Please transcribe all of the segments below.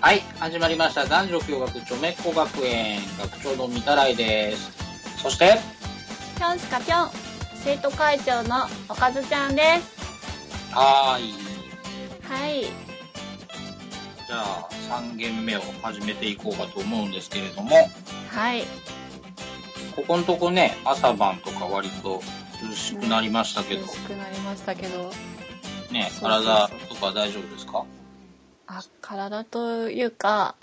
はい、始まりました。男女共学ちょめっこ学園学長のみたらいです。そして、ぴょんしかぴょん生徒会長のおかずちゃんですはーい。はいじゃあ、3軒目を始めていこうかと思うんですけれども、はいここのとこね、朝晩とか割と涼しくなりましたけど涼、しくなりましたけどね、そうそうそう体とか大丈夫ですかあ体というか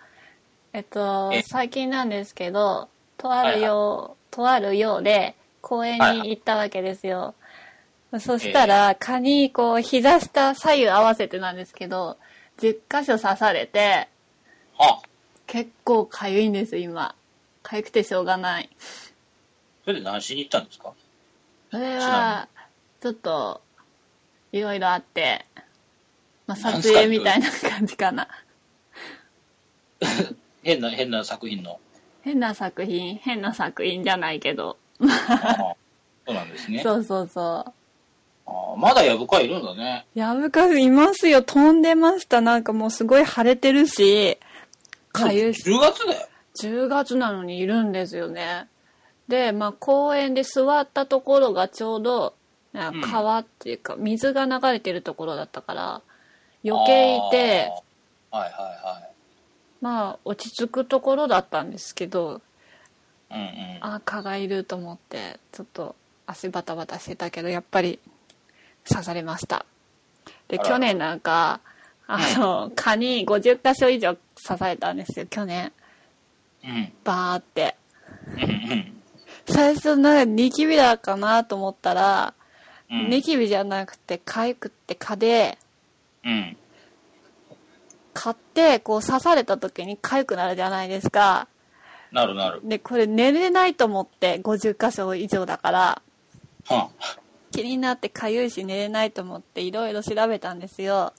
えっとえ最近なんですけどとあるよう、とあるようで公園に行ったわけですよ、そしたら、蚊にこう膝下左右合わせてなんですけど10箇所刺されてあ、結構痒いんですよ今痒くてしょうがないそれで何しに行ったんですかそれ知らはちょっといろいろあって、まあ、なん撮すか影みたいな感じかな変な、変な作品 の。変な作品変な作品じゃないけどあーそうなんですね。そうそうそうあーまだヤブカいるんだね。やぶかいますよ飛んでましたなんかもうすごい腫れてるしかゆいし10月だよ。 10月なのにいるんですよねでまあ公園で座ったところがちょうどあうん川っていうか水が流れてるところだったから余計いてあー。はいはまあ落ち着くところだったんですけどいはい。うんうん。あ蚊がいると思ってちょっと足バタバタしてたけどやっぱり刺されましたであら去年なんかあの蚊に50箇所以上刺されたんですよ去年うん。バーってうん最初なんかニキビだかなと思ったら、うん。ニキビじゃなくてかゆくって蚊でうん。買ってこう刺された時に痒くなるじゃないですかなるなる。でこれ寝れないと思って50箇所以上だからは気になってかゆいし寝れないと思っていろいろ調べたんですよ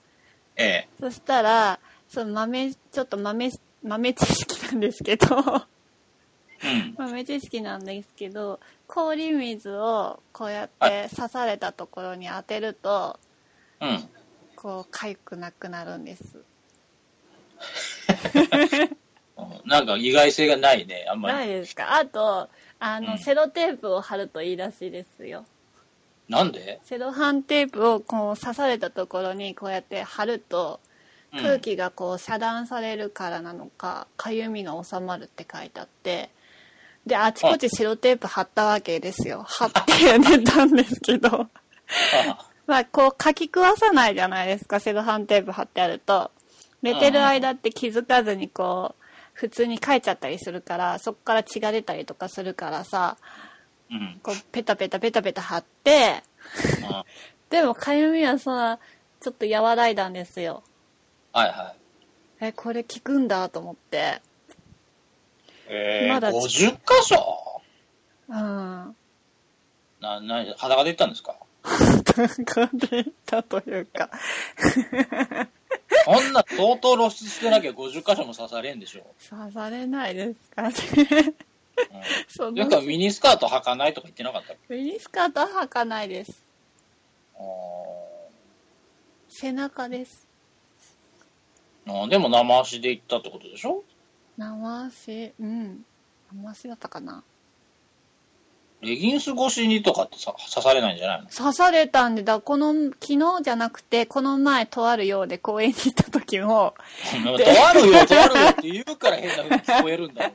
ええ。そしたらその豆ちょっと豆豆知識なんですけど うん。豆知識なんですけど氷水をこうやって刺されたところに当てるとうん。こうかゆくなくなるんですなんか意外性がないね、あんまり。ないですかあとあの、うんセロテープを貼るといいらしいですよなんで、セロハンテープをこう刺されたところにこうやって貼るとうん、空気がこう遮断されるからなのかかゆみが収まるって書いてあってであちこち白テープ貼ったわけですよ貼って寝たんですけどあまあこうかき食わさないじゃないですかセロハンテープ貼ってあると寝てる間って気づかずにこう普通に書いちゃったりするからそこから血が出たりとかするからさうん。こうペタペタペタペタ貼ってあでもかゆみはさちょっと和らいだんですよはいはい。えこれ効くんだと思ってええまだ50箇所うん な、な、裸で行ったんですか感でたというかそんな相当露出してなきゃ50箇所も刺されんでしょ。刺されないですかねそうん。のだからミニスカート履かないとか言ってなかったっけミニスカートは履かないですあー背中ですあーでも生足で行ったってことでしょ生足うん生足だったかなレギンス越しにとかってさ刺されないんじゃないの刺されたんでだこの昨日じゃなくてこの前とあるようで公園に行った時も とあるよ、とあるよって言うから変な風に聞こえるんだろう。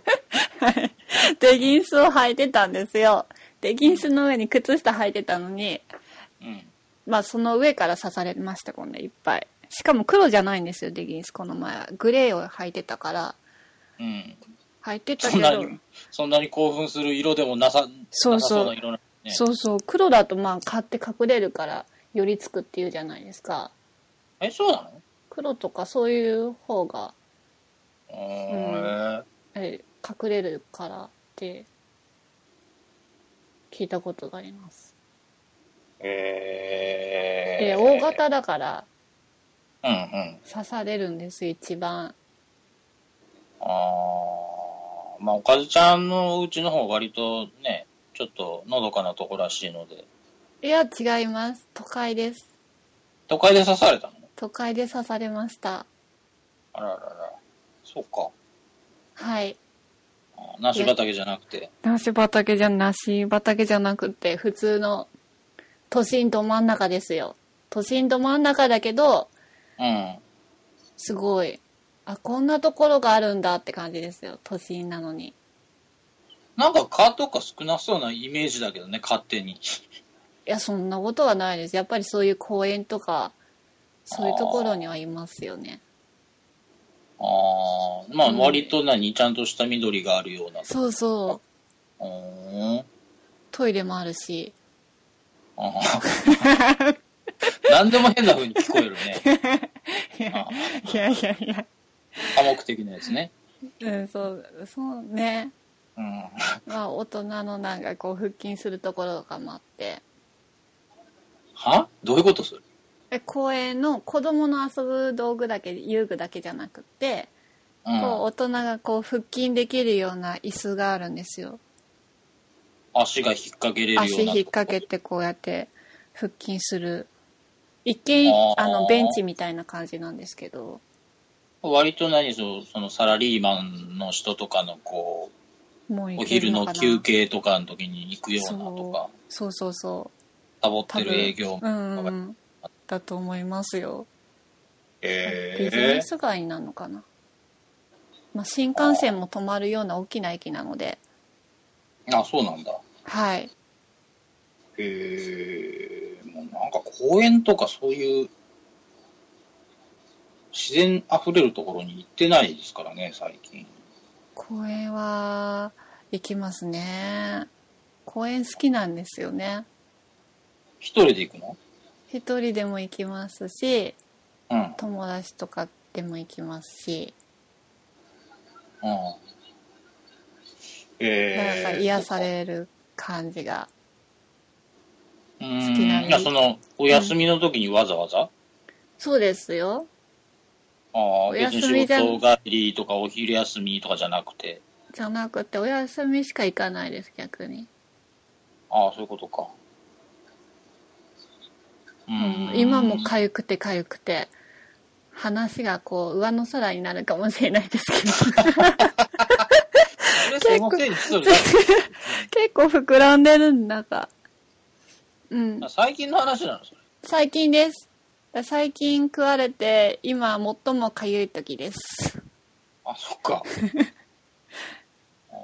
デギンスを履いてたんですよデギンスの上に靴下履いてたのにうん。まあその上から刺されましたこんないっぱいしかも黒じゃないんですよデギンスこの前はグレーを履いてたからうん。履いてたそけんなどに、そんなに興奮する色でもなさ、そうそうなさそうな色なのね。そうそう黒だとまあ買って隠れるからよりつくっていうじゃないですかえ、そうなの黒とかそういう方がうーん。え隠れるからって聞いたことがありますえー。で大型だからうんうん。刺されるんです一番あー。まあ、おかずちゃんのうちの方割とね、ちょっとのどかなとこらしいので。いや違います都会です都会で刺されたの都会で刺されましたあららら。そうか。はい。あー梨畑じゃなくて。梨畑じゃ、梨畑じゃなくて、普通の都心ど真ん中ですよ。都心ど真ん中だけど、うん。すごい。あ、こんなところがあるんだって感じですよ。都心なのに。なんか蚊とか少なそうなイメージだけどね、勝手に。いや、そんなことはないです。やっぱりそういう公園とか、そういうところにはいますよね。ああ、まうあん割と何、ちゃんとした緑があるような。そうそう。うーん。トイレもあるし。あー何でも変な風に聞こえるね。あいやいやいや。ー多目的なやつね。うん、そう、そうね。うん。まあ、大人のなんかこう、腹筋するところとかもあって。はどういうことするえ公園の子供の遊ぶ道具だけ、遊具だけじゃなくって、う。こうん大人がこう腹筋できるような椅子があるんですよ。足が引っ掛けれるような。足引っ掛けてこうやって腹筋する。一見あ、ーあの、ベンチみたいな感じなんですけど。割と何そう、そのサラリーマンの人とかのこもうう、いおける昼ののかな休憩とかの時に行くようなとか、そうそうそうそうサボっ多てる分営業。うんうんだと思いますよビジえネス街なのかな、まあ、新幹線も止まるような大きな駅なのでえあ、そうなんだ。はいええもうなんか公園とかそういう、自然あふれるところに行ってないですからね、最近。公園は行きますね公園好きなんですよね一人で行くの一人でも行きますしうん。う友達とかでも行きますしん。なんえかえ癒される感じが好きなのいや、その、お休みの時にわざわざ、そうですよああ、お別休にみ仕じゃん事帰りとかお昼休みとかじゃなくて、じゃなくてお休みしか行かないです逆にああ、そういうことか。ううん今も痒くて痒くて話がこう上の空になるかもしれないですけどそれそのせいにするだけ 結構膨らんでるんだかうん最近の話なのそれ。最近です最近食われて今最も痒い時ですあ、そ っか。ああ。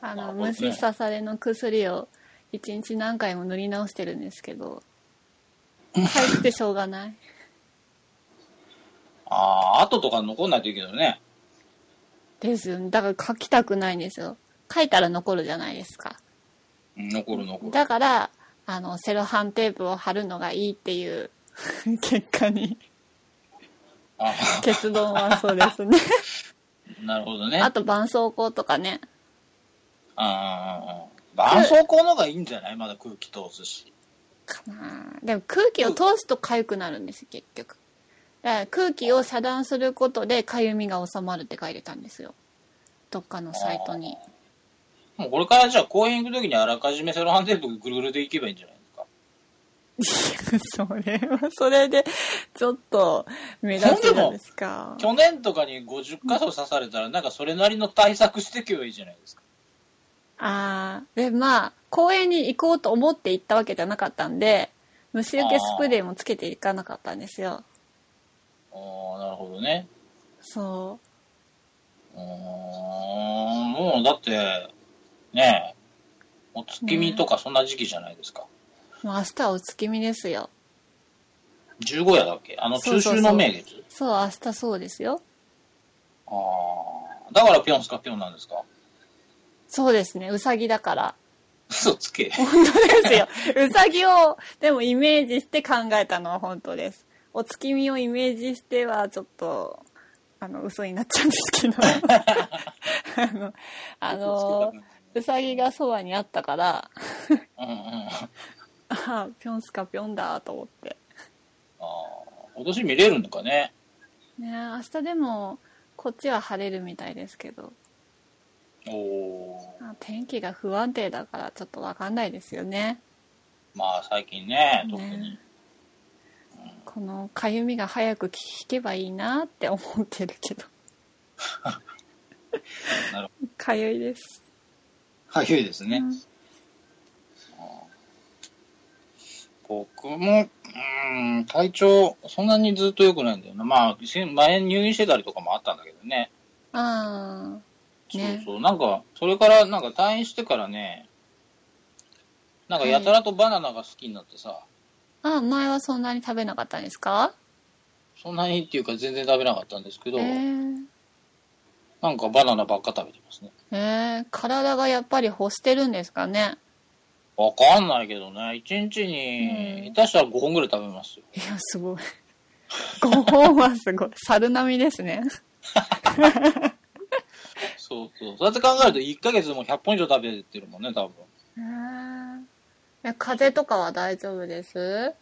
あなるのほどね虫刺されの薬を一日何回も塗り直してるんですけど痒くてしょうがないああ、跡とか残んないといいけどね。ですよねだから書きたくないんですよ書いたら残るじゃないですかうん残る残る。だからあのセロハンテープを貼るのがいいっていう 結果にあ結論はそうですねあ なるほどね。ああと絆創膏とかねああ。絆創膏の方がいいんじゃないまだ空気通すし。かなでも空気を通すと痒くなるんです結局だから空気を遮断することで痒みが収まるって書いてたんですよどっかのサイトにもうこれからじゃあ公園行く時にあらかじめセロハンテープぐるぐるで行けばいいんじゃないですか。 それはそれでちょっと目立つじゃないですか去年とかに50箇所刺されたら、なんかそれなりの対策してけばいいじゃないですか。ああ、で、まあ、公園に行こうと思って行ったわけじゃなかったんで、虫除けスプレーもつけて行かなかったんですよ。ああ、なるほどね。そうーん、もうだって、ねえ、お月見とかそんな時期じゃないですか。う。もう明日はお月見ですよ。 15夜だっけあの、そ中うそうそう秋の名月。そう、明日そうですよ。ああ、だからピョンスカピョンなんですかそうですね、うさぎだから。嘘つけ。本当ですよ。うさぎを、でもイメージして考えたのは本当です。お月見をイメージしては、ちょっと、あの、嘘になっちゃうんですけど。あの、あの、うさぎがそばにあったから、うんうん。あ ああ、ぴょんすかぴょんだと思って。あ、今年見れるのかね。ねえ明日でも、こっちは晴れるみたいですけど、おお。あ天気が不安定だからちょっとわかんないですよね。まあ最近ね、特に。ねこのかゆみが早く効けばいいなって思ってるけど なるかゆいです、かゆいですね。うん僕も、うーん、体調、そんなにずっと良くないんだよな。まあ、せ前入院してたりとかもあったんだけどね。あそうねそう。なんか、それから、なんか退院してからね、なんかやたらとバナナが好きになってさ、ああ前はそんなに食べなかったんですかそんなにっていうか全然食べなかったんですけど、えーなんかバナナばっか食べてますね。えー体がやっぱり欲してるんですかねわかんないけどね、一日に、うん下手したら5本ぐらい食べますよ。いやすごい5本はすごい猿並みですねそうそう。そうやって考えると1ヶ月でも100本以上食べてるもんね、多分。え風邪とかは大丈夫です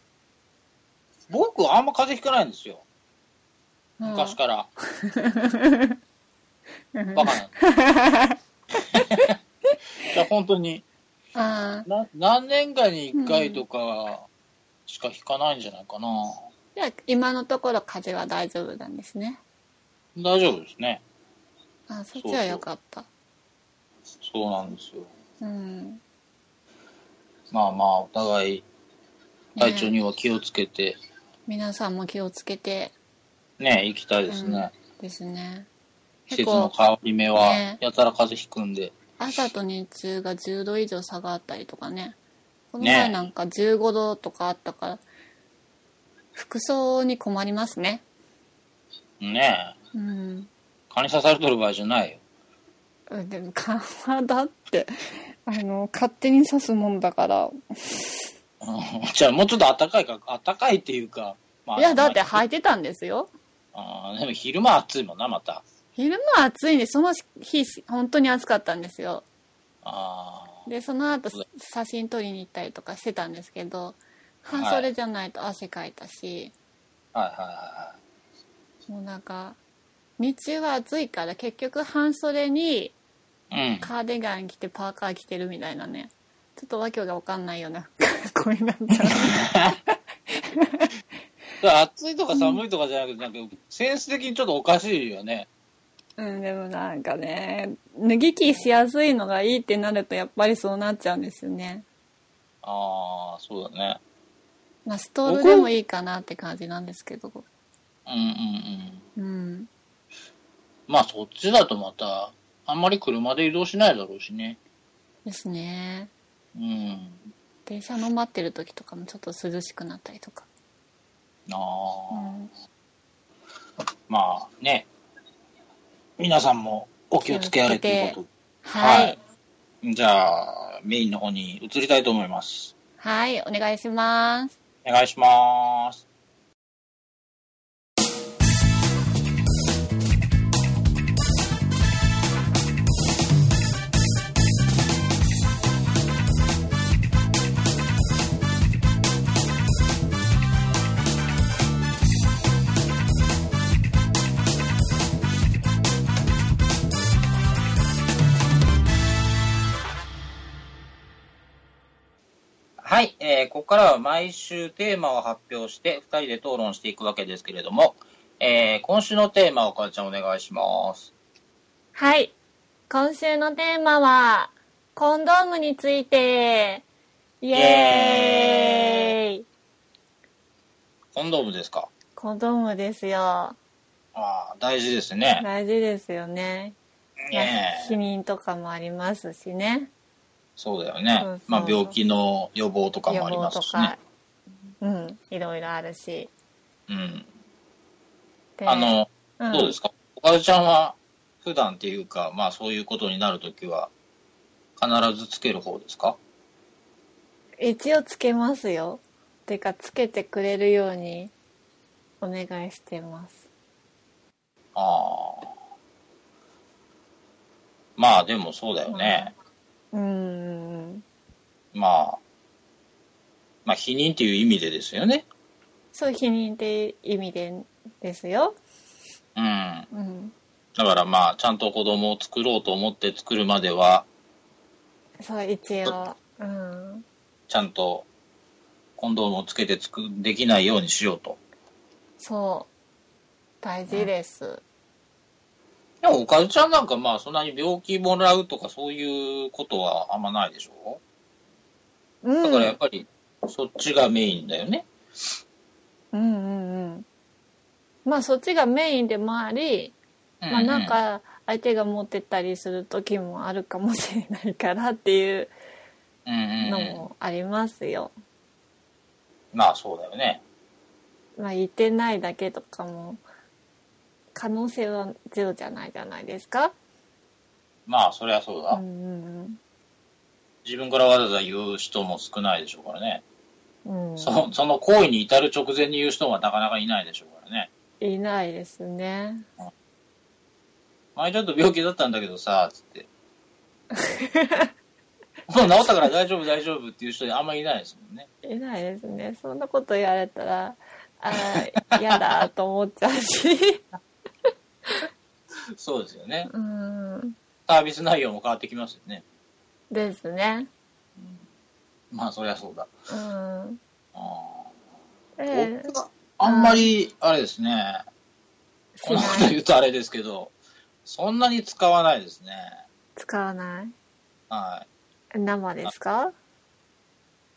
僕あんま風邪ひかないんですよ。昔から。うんバカなんで。いや、本当に。あーな何年かに1回とかしかひかないんじゃないかな。じゃあ今のところ風邪は大丈夫なんですね大丈夫ですね。あそっちはよかったそうなんですよ。うんまあまあ、お互い体調には気をつけて、皆さんも気をつけてね、行きたいですね。ですね季節の変わり目はね、やたら風邪ひくんで。朝と日中が10度以上差があったりとかねこのね前なんか15度とかあったから服装に困りますねねえ、うん蚊に刺されとる場合じゃないよ。うんでも緩和だってあの勝手に刺すもんだからうんじゃあ、もうちょっと暖かいか、暖かいっていうか、まあいやだってまあ履いてたんですよあーでも昼間暑いもんな、また。昼間暑いんでその日本当に暑かったんですよあーでその後写真撮りに行ったりとかしてたんですけど半袖じゃないと汗かいたし、はいはいはもうなんか日中は暑いから結局半袖にいはい。うん。カーディガン着てパーカー着てるみたいなねちょっとわけがわかんないような 声になっちゃうだから暑いとか寒いとかじゃなくて、なんか、センス的にちょっとおかしいよね。 うん、でもなんかね、脱ぎ着しやすいのがいいってなるとやっぱりそうなっちゃうんですよね。ああ、そうだね。まあ、ストールでもいいかなって感じなんですけど。うんうんうん。うん。まあ、そっちだとまた、あんまり車で移動しないだろうしね。ですね。うん。電車の待ってる時とかもちょっと涼しくなったりとか。あうあ、ん、まあね。皆さんもお気をつけあれということで。はい。はい。じゃあ、メインの方に移りたいと思います。お願いします。お願いします。はい、えーここからは毎週テーマを発表して2人で討論していくわけですけれども、えー今週のテーマをかちゃんお願いします。はい。今週のテーマは、コンドームについて。イエーイコンドームですかコンドームですよ。ああ、大事ですね。大事ですよね。ね避え妊とかもありますしねそうだよね。そうそうまあ病気の予防とか予もあり防ますとしかね。、うん、いろいろあるしうん。であの、うん、どうですかおかずちゃんは普段っていうか、まあそういうことになるときは必ずつける方ですか一応つけますよていうかつけてくれるようにお願いしてますああ。まあでもそうだよね。うんまあ、まあ、否認っていう意味でですよね。そう避妊って意味でですよ、うん。うん、だからまあ、ちゃんと子供を作ろうと思って作るまでは、そう一応うんちゃんとコンドームをつけてつく、できないようにしようと。そう大事です、でも、おかずちゃんなんかまあ、そんなに病気もらうとかそういうことはあんまないでしょうん、だからやっぱり、そっちがメインだよね。うんうんうんまあそっちがメインでもあり、まあ、なんうう、か相手が持ってったりする時もあるかもしれないからっていううんうんのうん、もありますよ。まあ、そうだよね。まあ言ってないだけとかも可能性はゼロじゃないじゃないですか。まあ、そりゃそうだ。うんうん自分からわざわざ言う人も少ないでしょうからね。うんうん、そその行為に至る直前に言う人はなかなかいないでしょうからね。いないですね。前ちょっと病気だったんだけどさ、つって。もう治ったから大丈夫大丈夫っていう人あんまりいないですもんね。いないですね。そんなこと言われたら、ああ、嫌だと思っちゃうし。そうですよね。うん。サービス内容も変わってきますよね。ですね。まあそりゃそうだ。うん。あええーあんまり、あれですね。しこんなこなとい。言うとあれですけど、そんなに使わないですね。使わない。はい。生ですか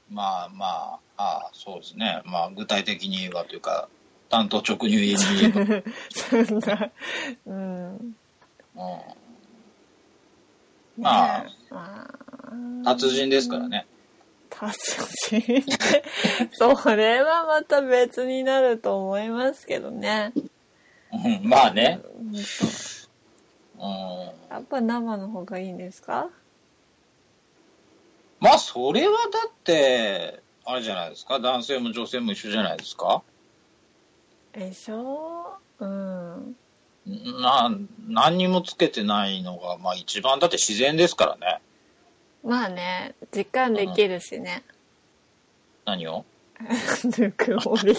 まあまあ、ああそうですね。まあ具体的に言えばというか、担当直入に言えば。そんな。うん。 うん、まあね、えまあ達人ですから。ね。達人って、それはまた別になると思いますけどね。うんまあね。うんそううんやっぱ生の方がいいんですかまあそれはだって、あれじゃないですか。男性も女性も一緒じゃないですか。でしょうん。な何にもつけてないのが、まあ一番だって自然ですからね。まあね、実感できるしね。何をぬくもり。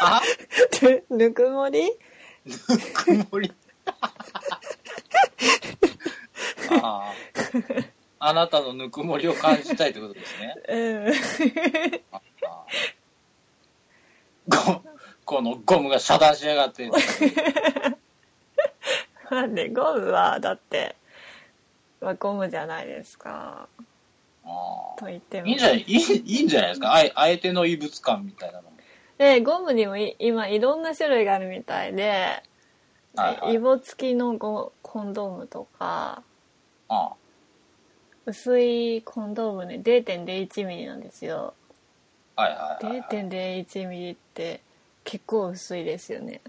あぬくもり曇り。 ああ。あなたのぬくもりを感じたいってことですね。うん。ああゴこのゴムが遮断しやがって。なんで、ゴムは、だって、まあ、ゴムじゃないですか。あとあ言っても。いいんじゃないいいいいんじゃないですかあえ相手の異物感みたいなのも。で、ゴムにもい今いろんな種類があるみたいで、はいはいイボ付きのゴコンドームとか、あ薄いコンドームね、0.01ミリなんですよ。あはいはいはい、はい。 0.01ミリって結構薄いですよね。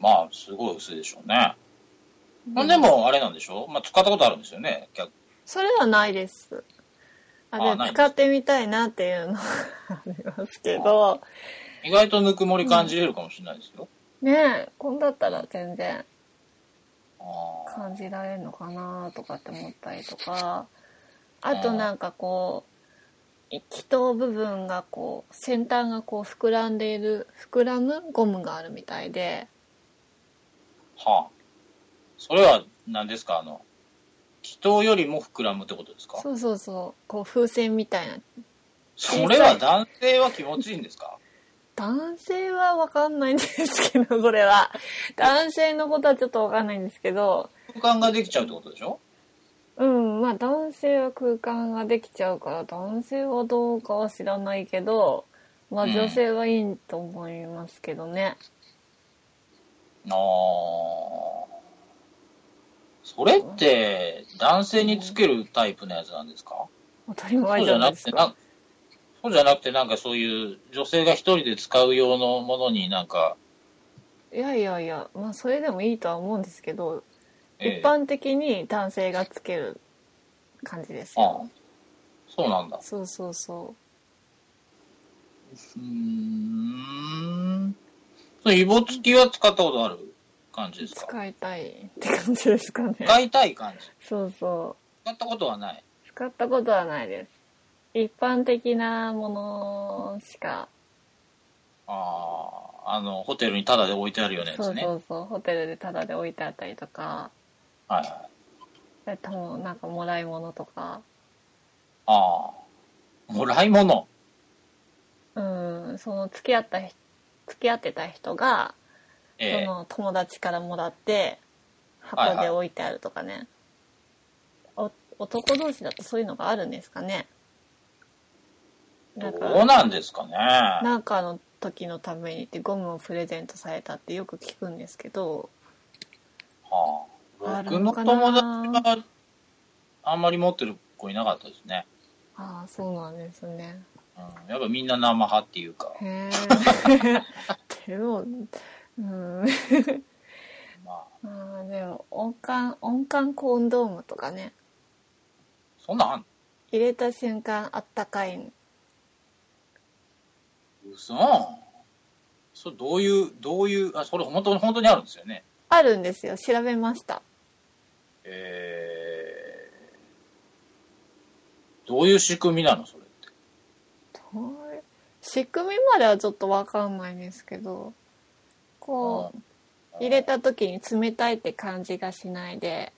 まあ、すごい薄いでしょうね。ほんでも、あれなんでしょまあ、使ったことあるんですよね。逆それはないです。あ、あでもない使ってみたいなっていうのはありますけど、意外とぬくもり感じれるかもしれないですよ。ねえ、こんだったら全然あ感じられるのかなとかって思ったりとか、あとなんかこう、気筒部分がこう、先端がこう膨らんでいる、膨らむゴムがあるみたいで、あ。はあ。それは、何ですかあの、気筒よりも膨らむってことですかそうそうそう、こう風船みたいな。それは男性は気持ちいいんですか男性はわかんないんですけど、それは。男性のことはちょっとわかんないんですけど、空間ができちゃうってことでしょうん、まあ男性は空間ができちゃうから男性はどうかは知らないけど、まあうん女性はいいと思いますけどね。ああ。それって、男性につけるタイプのやつなんですか当たりそ前うじじゃゃなないでくすて、か。なそうじゃなくて、なんかそういう、女性が一人で使う用のものになんか、いやいやいや、まあそれでもいいとは思うんですけど、ええ一般的に男性がつける感じですああよ。そうなんだ。そうそうそうーん。そのイボ付きは使ったことある感じでう。すか使いたいって感じですかね。使いたい感じ。そうそ使ったことはない。う。使ったことはないです。一般的なものしかああ、あの、ホテルにタダで置いてあるようなやそつうね。そうそうホテルでタダで置いてあったりとかはいはい。えっともなんかもらい物とかああ。もらい物。うん、その付き合った人付き合ってた人が、そええの友達からもらってはい箱はいで置いてあるとかね、お男同士だとそういうのがあるんですかねなんどうかなんですかね。なんかの時のためにってゴムをプレゼントされたってよく聞くんですけどはあ、ある僕ののかな友達はあんまり持ってる子いなかったですね。ああそうなんですねうん、やっぱみんな生派っていうか、 へえでもうんまあ、あーでも音感音感コンドームとかねそんなんあん入れた瞬間あったかいの嘘それどういう、どういう、あ、それ本当に、本当にあるんですよね。あるんですよ調べましたえー、どういう仕組みなのそれって。はい仕組みまではちょっとわかんないんですけどこう入れた時に冷たいって感じがしないで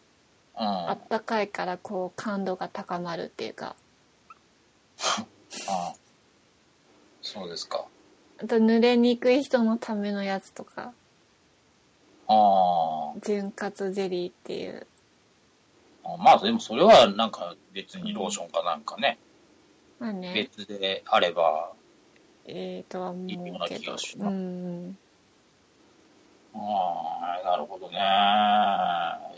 うん。ああったかいからこう感度が高まるっていうかあそうですか。あと濡れにくい人のためのやつとかあ潤滑ゼリーっていうあ。まあ、でもそれはなんか別にローションかなんかね、まあね別であれば、えー、とは思うけいいような気どがしうますんああ、なるほどね。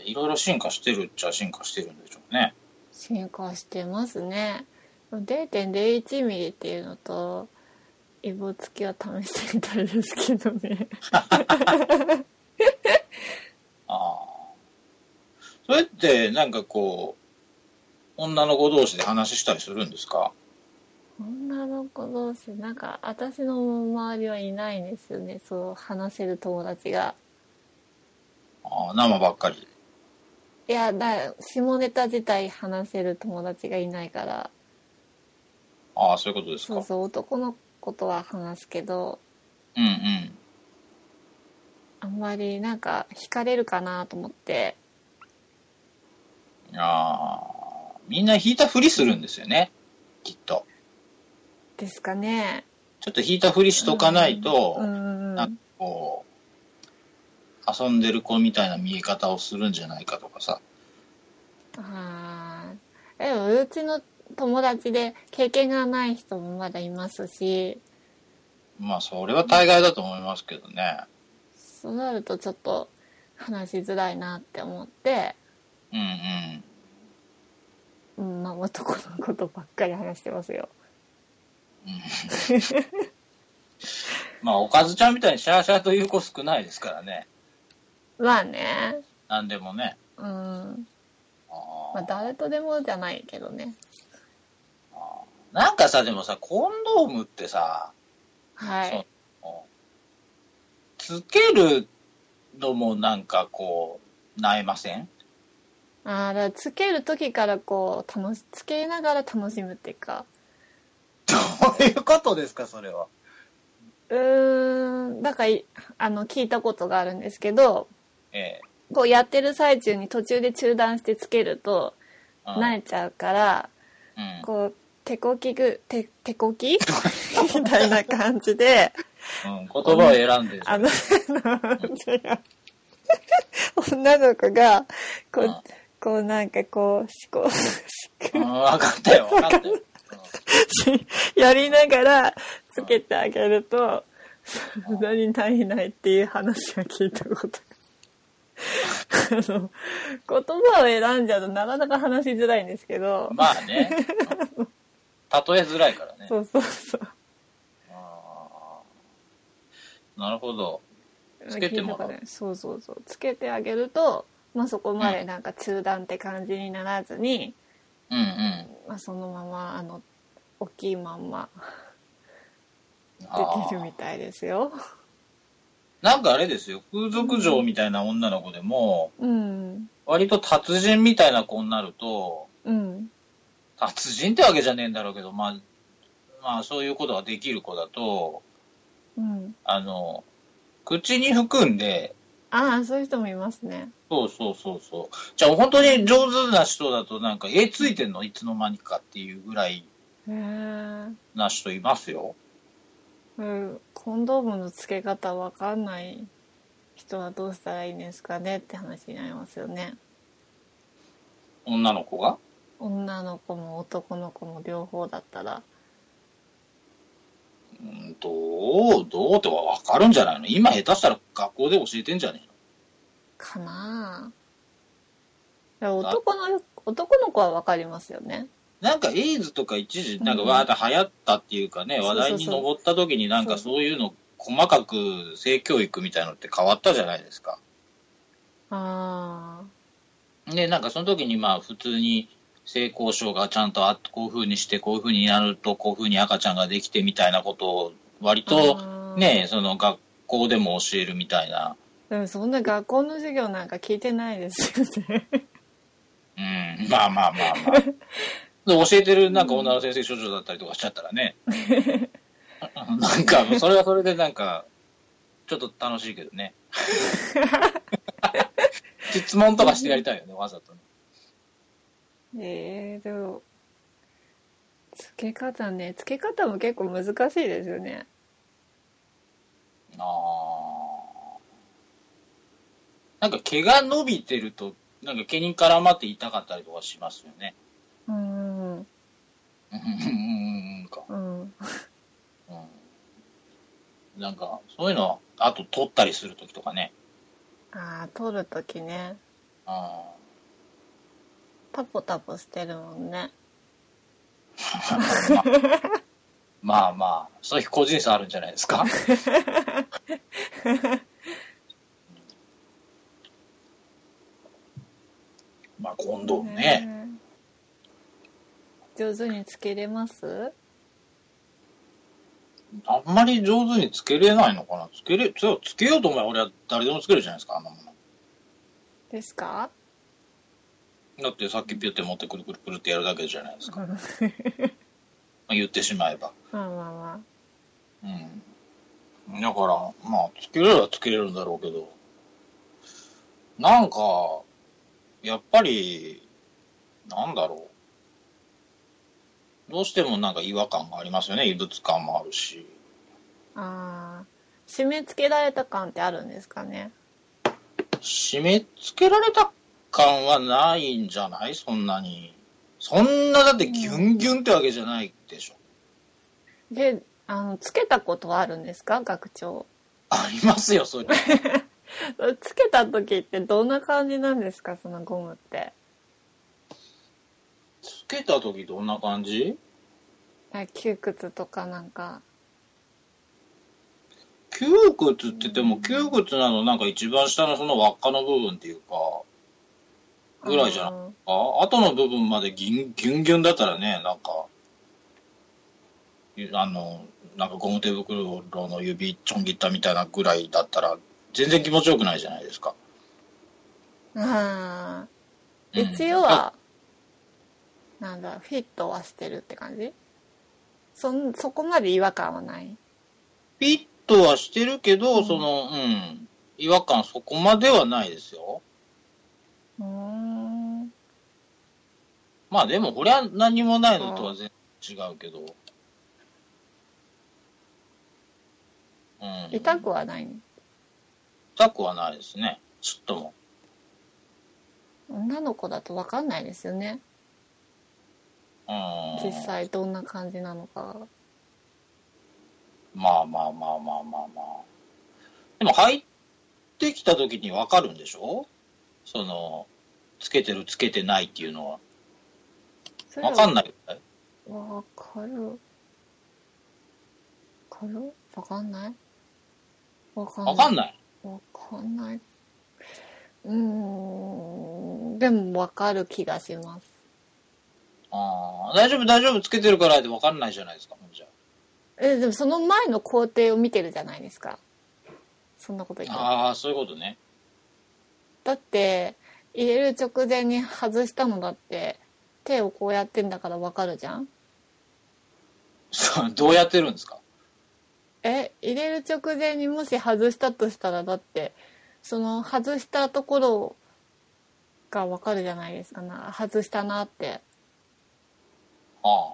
いろいろ進化してるっちゃ進化してるんでしょうね。進化してますね0.01ミリっていうのとイボ付きは試してみたいですけどねああ。それって、なんかこう、女の子同士で話したりするんですか女の子同士なんか私の周りはいないんですよねそう話せる友達がああ、生ばっかり。いやだ下ネタ自体話せる友達がいないからああ、そういうことですか。そうそう男の子とは話すけどうんうん。あんまりなんか惹かれるかなと思ってああ、みんな引いたふりするんですよね。きっと。ですかねちょっと引いたふりしとかないと、うんなんかこう、遊んでる子みたいな見え方をするんじゃないかとかさ。あーでもうちの友達で経験がない人もまだいますしまあ、それは大概だと思いますけどね。そうなるとちょっと話しづらいなって思ってうんうん。うん、まあ男のことばっかり話してますよ。まあ、おかずちゃんみたいにシャーシャーという子少ないですからね。まあね、なんでもね。うん、まああー誰とでもじゃないけどね。なんかさ、でもさ、コンドームってさ、はそうい。つけるのもなんかこう、なえませんああ、だからつける時からこう楽しつけながら楽しむっていうか、どういうことですか、それは。うーん、だからいあの聞いたことがあるんですけど、えこうやってる最中に途中で中断してつけるとえうん慣れちゃうから、うんこう手こきぐ手手こ きみたいな感じで。うん、言葉を選んでる。あの、違う。女の子が、こうんう、こうなんかこう、しこう、うん、分かったよ、分かったよ。しやりながらつけてあげると、無駄にないないっていう話は聞いたことが。あの、言葉を選んじゃうとなかなか話しづらいんですけどうん、まあね。うん例えづらいからね。そうそうそう。あーなるほど。つけて聞いたもらうことないそうそうそう。つけてあげると、まあそこまでなんか中断って感じにならずに、うんうん。まあ、そのままあの大きいまんまあできるーみたいですよ。なんかあれですよ、風俗嬢みたいな女の子でも、うん割と達人みたいな子になると、うん達人ってわけじゃねえんだろうけど、まあ、まあそういうことができる子だと、うん。あの、口に含んで、ああそういう人もいますね。そうそうそうそう。じゃあ本当に上手な人だとなんか、え、ついてんのいつの間にかっていうぐらいへえ。な人いますよ。うん、コンドームの付け方わかんない人はどうしたらいいんですかねって話になりますよね。女の子が女の子も男の子も両方だったら。うん、どう、どうってわかるんじゃないの今下手したら学校で教えてんじゃねえのかなぁ。いや男の、男の子はわかりますよね。なんかエイズとか一時、んなんかわーって流行ったっていうかね、そうそうそ話う題に上った時になんかそそういうの細かく性教育みたいのって変わったじゃないですか。ああ。で、なんかその時にまあ普通に性交渉がちゃんとあこういう風にしてこういう風になるとこういう風に赤ちゃんができてみたいなことを割とあーね、その学校でも教えるみたいな。でもそんな学校の授業なんか聞いてないですよね。うん、まあまあまあ まあ。で教えてるなんか女の先生少女だったりとかしちゃったら ね。なんかそれはそれでなんか、ちょっと楽しいけど ね。質問とかしてやりたいよね、わざとね。ええでも、付け方ね、付け方も結構難しいですよね。ああ。なんか毛が伸びてると、なんか毛に絡まって痛かったりとかしますよね。うん、うんうんうんうんか、うん。うん。なんか、そういうの、あと取ったりするときとかね。ああ、取るときね、あタポタポしてるもんね。ーまあまあまあ、そういう個人差あるんじゃないですか。まあ、コンドームね。え上手につけれますあんまり上手につけれないのかなつけれ、つつけようと思えば俺は誰でもつけるじゃないですか、あんなもですかの。だってさっきピュって持ってくるくるくるってやるだけじゃないですか。うんまあ言ってしまえば。まあまあまうん。だから、まあ、つけれればつけれるんだろうけど、なんか、やっぱり、なんだろう。どうしてもなんか違和感がありますよね。異物感もあるし。あ。ああ、締め付けられた感ってあるんですかね。締め付けられた感はないんじゃないそんなに。そんなだってギュンギュンってわけじゃないでしょ。で、あの、つけたことはあるんですか学長。ありますよ、それ。つけた時ってどんな感じなんですかそのゴムって。つけた時どんな感じなんか窮屈とかなんか。窮屈って言っても、窮屈なのなんか一番下のその輪っかの部分っていうか、ぐらいじゃないうんあ後の部分までギンギュンギュンだったらね、なんか、ゆあの、なんかゴム手袋の指ちょん切ったみたいなぐらいだったら、全然気持ちよくないじゃないですか。あうーん一応は、なんだ、フィットはしてるって感じそん、そこまで違和感はない。ピッとはしてるけど、うんその、うん、違和感そこまではないですよ。うーん。まあでも、これは何もないのとは全然違うけど。うん。痛くはない。痛くはないですね。ちょっとも。女の子だとわかんないですよね。うん。実際どんな感じなのか。まあまあまあまあまあまあ。でも入ってきた時にわかるんでしょその、つけてるつけてないっていうのは。それわはかんない。わかる。わかるわかんないわかんない。わかんない。わかんない。うーん。でもわかる気がします。ああ、大丈夫大丈夫つけてるからってわかんないじゃないですか、ほんじゃ。え、でもその前の工程を見てるじゃないですか。そんなこと言っても。ああ、そういうことね。 だって、入れる直前に外したのだって、手をこうやってんだからわかるじゃんそうどうやってるんですかえ、入れる直前にもし外したとしたら、だって、その外したところがわかるじゃないですかな。外したなって。ああ。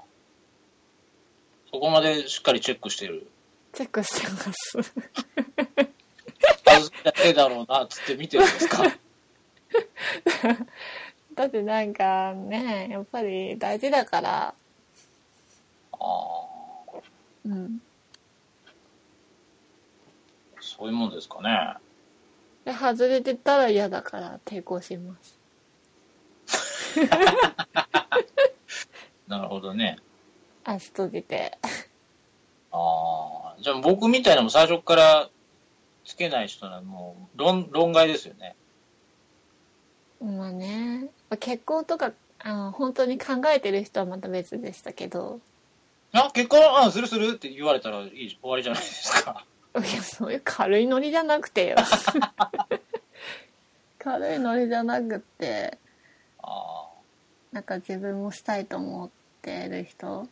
そこまでしっかりチェックしてる。チェックしてます。恥ずかしいだろうな、つって見てるんですか。だってなんかね、やっぱり大事だから、ああ、うん。そういうもんですかね。で、外れてたら嫌だから抵抗します。なるほどね。足閉じて。ああ、じゃあ僕みたいなのも最初からつけない人ならもう論、論外ですよね。まあね、結婚とか、あの、本当に考えてる人はまた別でしたけど、あ、結婚、あ、するするって言われたらいい、終わりじゃないですか。 いや、そういう軽いノリじゃなくて よ。軽いノリじゃなくて、あなんか自分もしたいと思ってる人。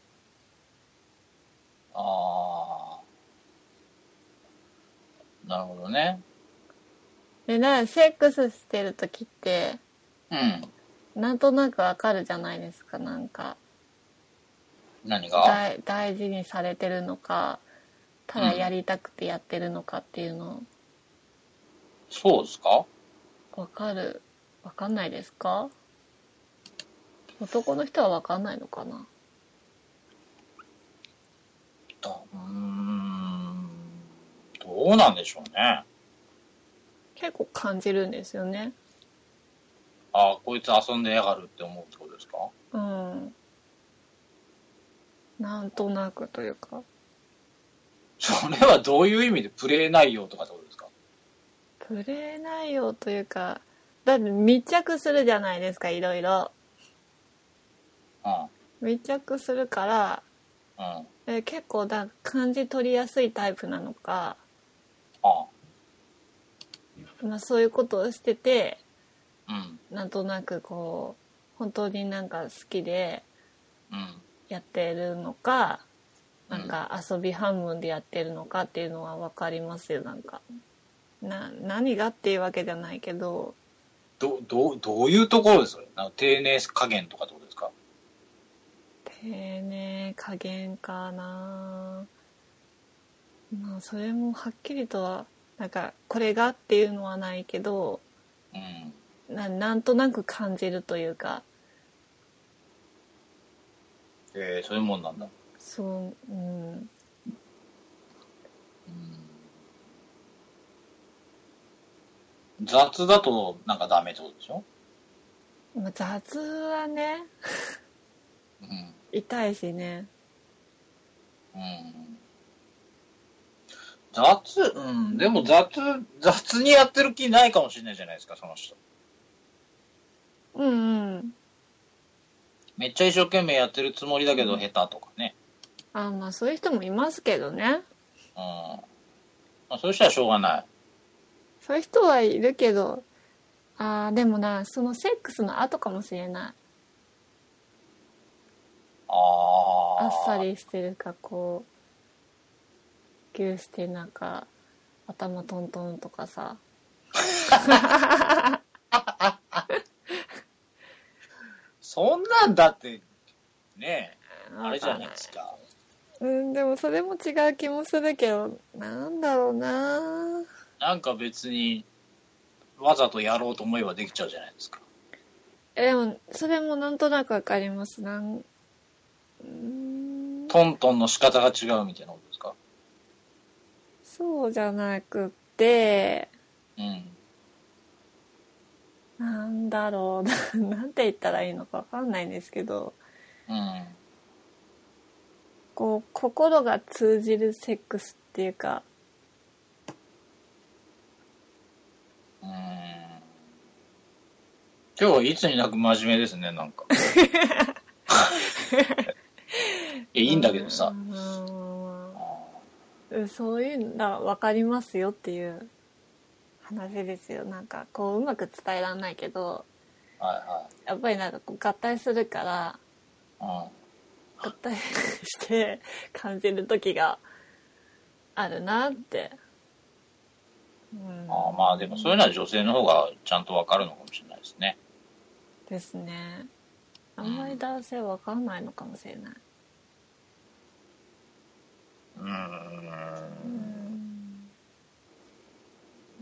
あ、ああ。なるほどね。で、な、セックスしてる時って、うん。なんとなくわかるじゃないですか、なんか。何が大大事にされてるのかただやりたくてやってるのかっていうのそうですか分かる分かんないですか男の人は分かんないのかなだうーん。どうなんでしょうね。結構感じるんですよねああ、こいつ遊んでやがるって思うってことですか うんなんとなくというかそれはどういう意味でプレイ内容とかってことですかプレイ内容というかだって密着するじゃないですかいろいろう密着するからん。うん。あえ結構だ感じ取りやすいタイプなのかあ。まあ、そういうことをしててうん。なんとなくこう本当になんか好きでうん。やってるのかうんなんか遊び半分でやってるのかっていうのは分かりますよなんかな何がっていうわけじゃないけどど、どう、どういうところですかなんか丁寧加減とかってことですか丁寧加減かなまあそれもはっきりとはなんかこれがっていうのはないけどうん。ななんとなく感じるというかええそういうもんなんだ。そううんうん。雑だとなんかダメってことでしょまあ、雑はねうん。痛いしねうん。雑、うん。でも雑、雑にやってる気ないかもしれないじゃないですか、その人。うんうんめっちゃ一生懸命やってるつもりだけど下手とかね。あまあそういう人もいますけどねうん。まあ、そういう人はしょうがない。そういう人はいるけどあーでもなそのセックスの後かもしれないああ。あっさ。りしてるかこうぎゅうしてなんか頭トントンとかさそんなんだって、ねあれじゃわかんないいですか。うんでもそれも違う気もするけどなんだろうななんか別に、わざとやろうと思えばできちゃうじゃないですか。えでもそれもなんとなくわかりますなんうーんトントンの仕方が違うみたいなことですか。そうじゃなくって、うん。なんだろう な、なんて言ったらいいのかわかんないんですけど、うん。こう、心が通じるセックスっていうか、うん。今日はいつになく真面目ですね、 なんか。いやいいんだけどさう。ーんあうんそういうんだ、わかりますよっていう話ですよ。なんか、こう、うまく伝えらんないけど、ーはやっぱりなんかこう、合体するから、いはい。合体して 感じる時があるなって。うんうん。あーまあでもそういうのは女性の方がちゃんとわかるのかもしれないですね。ですねあんまり男性わかんないのかもしれない、うーうー、うんん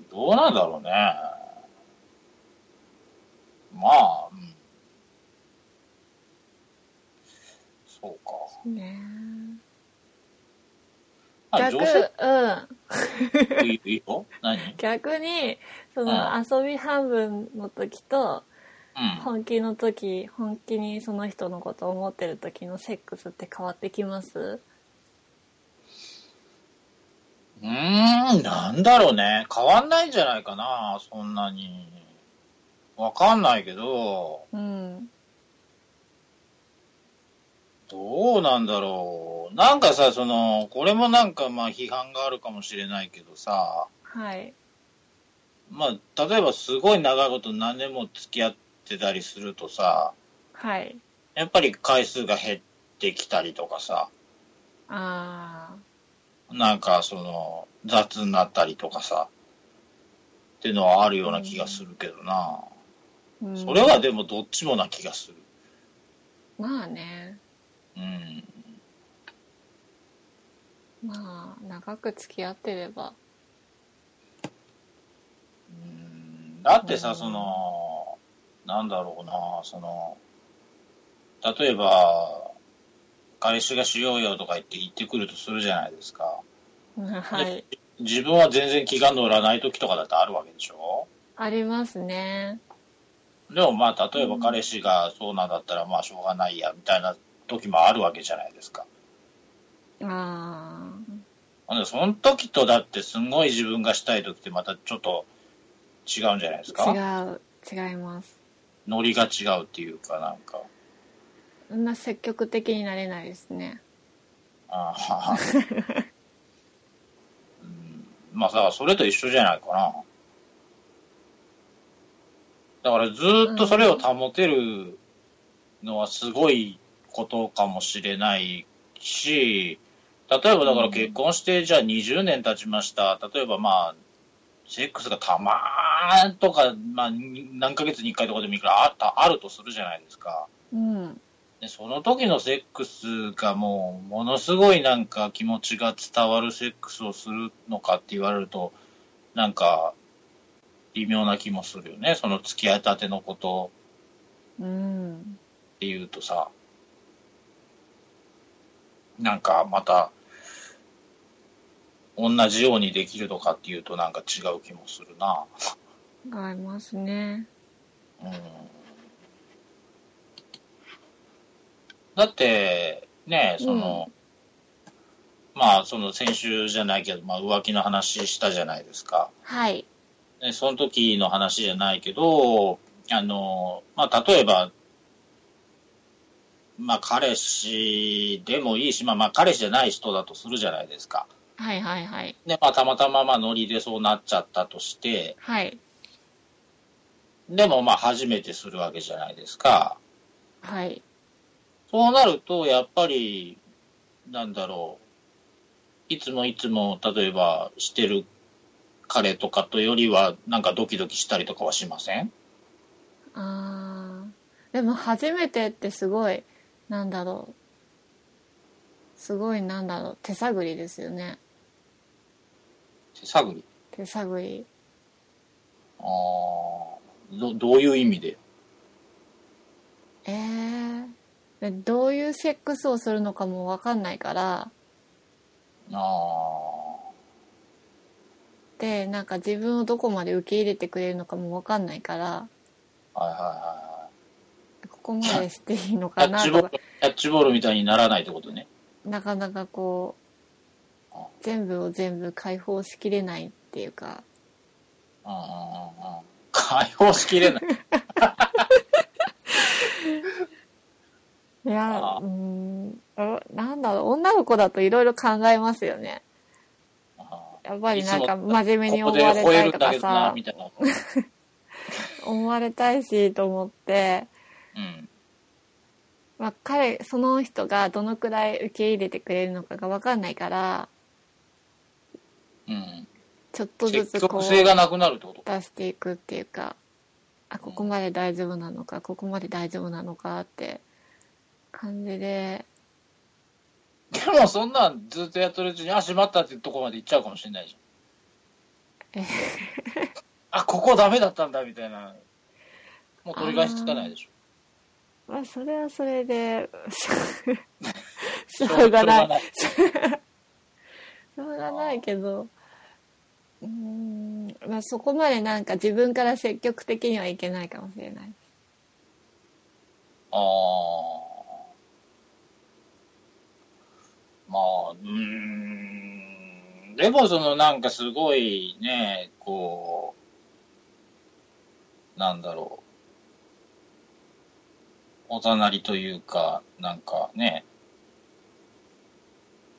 どうなんだろうね。まあ、うん。そうか。ねまあ逆、う女性ん。いいよ。何うん。逆に、その遊び半分の時と、本気の時、本気にその人のことを思ってる時のセックスって変わってきますうーん、なんだろうね。変わんないんじゃないかな、そんなに。わかんないけど、うん。どうなんだろう。なんかさ、その、これもなんかまあ批判があるかもしれないけどさ、はい。まあ、例えばすごい長いこと何年も付き合ってたりするとさ、はい。やっぱり回数が減ってきたりとかさ、あなんかその、雑になったりとかさ、っていうのはあるような気がするけどな。ー。うんそれはでもどっちもな気がする。まあね。うん。まあ、長く付き合ってれば。うんだってうさ、んその、なんだろうな、その、例えば、彼氏がしようよとか言って言ってくるとするじゃないですか。はい。自分は全然気が乗らない時とかだってあるわけでしょありますね。でもまあ、例えば彼氏がそうなんだったら、まあ、しょうがないや、みたいな時もあるわけじゃないですか。あほんでその時とだって、すごい自分がしたい時ってまたちょっと違うんじゃないですかあ。違う。違います。ノリが違うっていうかなんか。そんな積極的になれないですね。ああうんまあだからそれと一緒じゃないかな。だからずーっとそれを保てるのはすごいことかもしれないし、例えばだから結婚してじゃあ20年経ちました。例えばまあ、セックスがたまーんとか、まあ何ヶ月に1回とかでもいいからあった、あるとするじゃないですか。うん。でその時のセックスがもうものすごいなんか気持ちが伝わるセックスをするのかって言われるとなんか微妙な気もするよねその付き合いたてのことうん。っていうとさなんかまた同じようにできるとかっていうとなんか違う気もするなありますね。うんだって、ね、その、まあ、その先週じゃないけど、まあ、浮気の話したじゃないですか。はい。ね、その時の話じゃないけど、あの、まあ、例えば、まあ、彼氏でもいいし、まあ、まあ、彼氏じゃない人だとするじゃないですか。はいはいはい。で、まあ、たまたま、まあ、ノリでそうなっちゃったとして、はい。でも、まあ、初めてするわけじゃないですか。はい。そうなると、やっぱり、なんだろう、いつもいつも、例えば、してる彼とかとよりは、なんかドキドキしたりとかはしませんあーでも初めてってすごいなんだろうすごいなんだろう手探りですよね手探り。手探りああ、ど、どういう意味でえー、でどういうセックスをするのかも分かんないからああ、でなんか自分をどこまで受け入れてくれるのかも分かんないからはいはここまでしていいのいはかいはい。キャッなチとボかール、キャッチボールみたいにならないってことね。なかなかこう全部を全部解放しきれないっていうかうんうんうんうん。解放しきれない。いや、ああうーん、あなんだろう、女の子だといろいろ考えますよね。 あやっぱりなんかいつも真面目ーにこ思こでわれ吠たえいるとんだかけどな、さ、みたいな。思われたいしと思って、うん。まあ彼、その人がどのくらい受け入れてくれるのかがわかんないから、うん。 ちょっとず積つこ極う性がなくなるってこと出していくっていうか、あ、ここまで大丈夫なのか、ここまで大丈夫なのかって感じで、もそんなんずっとやってるうちに、あ、閉まったってとこまで行っちゃうかもしれないじゃん。あ、ここダメだったんだ、みたいな。もう取り返しつかないでしょ。まあ、それはそれで、 しょうが ない。しょうがないけど、うーん、まあそこまでなんか自分から積極的にはいけないかもしれない。ああ。まあ、うーん。でもそのなんかすごいね、こう、なんだろう。おざなりというか、なんかね、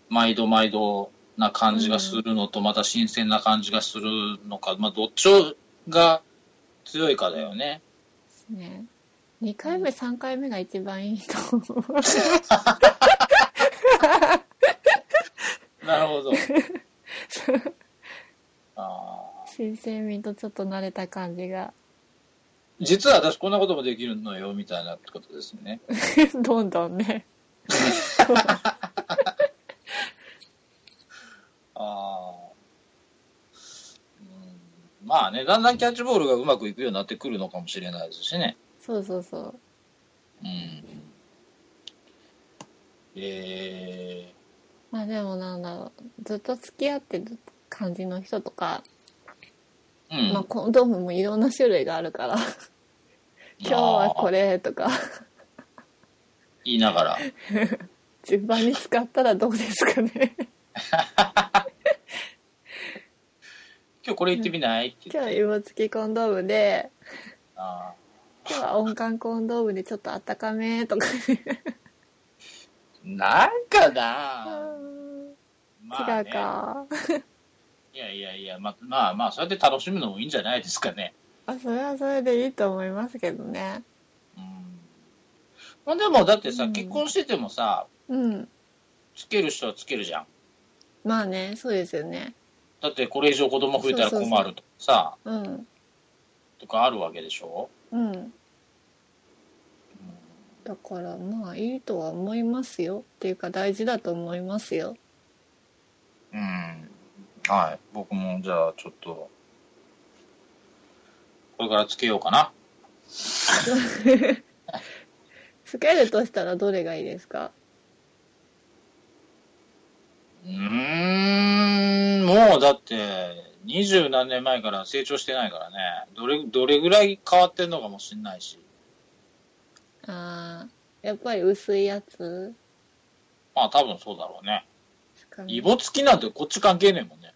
毎度毎度な感じがするのと、また新鮮な感じがするのか、まあ、どっちが強いかだよね。ですね。2回目、3回目が一番いいと思う。なるほど。 あー新鮮味とちょっと慣れた感じ が、実は私こんなこともできるのよ、みたいなことですね。どんどんね。あーうんまあね、だんだんキャッチボールがうまくいくようになってくるのかもしれないですしね。そうそうそう。うんえまあでもなんだろう。ずっと付き合ってる感じの人とか、ーうん、まあコンドームもいろんな種類があるから、今日はこれ。れとか、言いながら。順番に使ったらどうですかね。今日これ言ってみないって言 今って。日芋付きコンドームで、あ今日は温感コンドームでちょっとあったかめとかね。ーなんかな、まあ違うねか。いやいやいや、ままあまあ、そうやって楽しむのもいいんじゃないですかね。あ、それはそれでいいと思いますけどね。うん。まあでも、だってうさ、ん結婚しててもさ、うん。つける人はつけるじゃん。まあね、そうですよね。だって、これ以上子供増えたら困るとかさ、うん。とかあるわけでしょうん。だからまあいいとは思いますよ。っていうか大事だと思いますよ。うん。はい。僕も、じゃあ、ちょっと、これからつけようかな。つけるとしたらどれがいいですかうーん、もうだって、二十何年前から成長してないからね、どれ、どれぐらい変わってんのかもしんないし。あーやっぱり薄いやつまあ多分そうだろうね。ですかねイボ付きなんてこっち関係ねえもんね。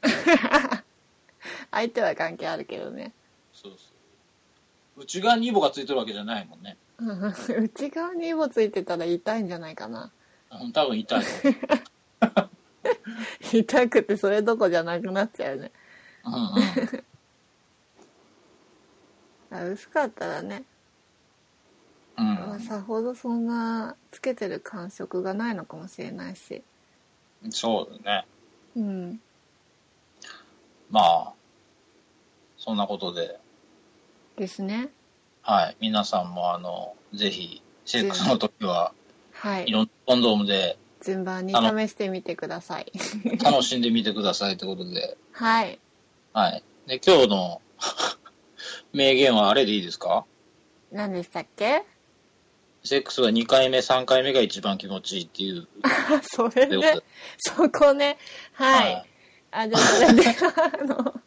相手は関係あるけどね。そうそう。内側にイボがついてるわけじゃないもんね。うん 内側にイボついてたら痛いんじゃないかな。うん多分 痛い。痛くてそれどこじゃなくなっちゃうね。うんうん。あ薄かったらね、うんまあ、さほどそんなつけてる感触がないのかもしれないし。そうだね。うん。まあ、そんなことで、ですね。はい。皆さんもあの、ぜひ、セックスの時は、はいい。ろんなコンドームで順番に試してみてください。楽しんでみてくださいってことで。 はい。はい。で、今日の 名言はあれでいいですか何でしたっけ セックスは2回目、3回目が一番気持ちいいっていう。あ、それといねうことで。そこね。はい。あ、じゃあそれで、 あの、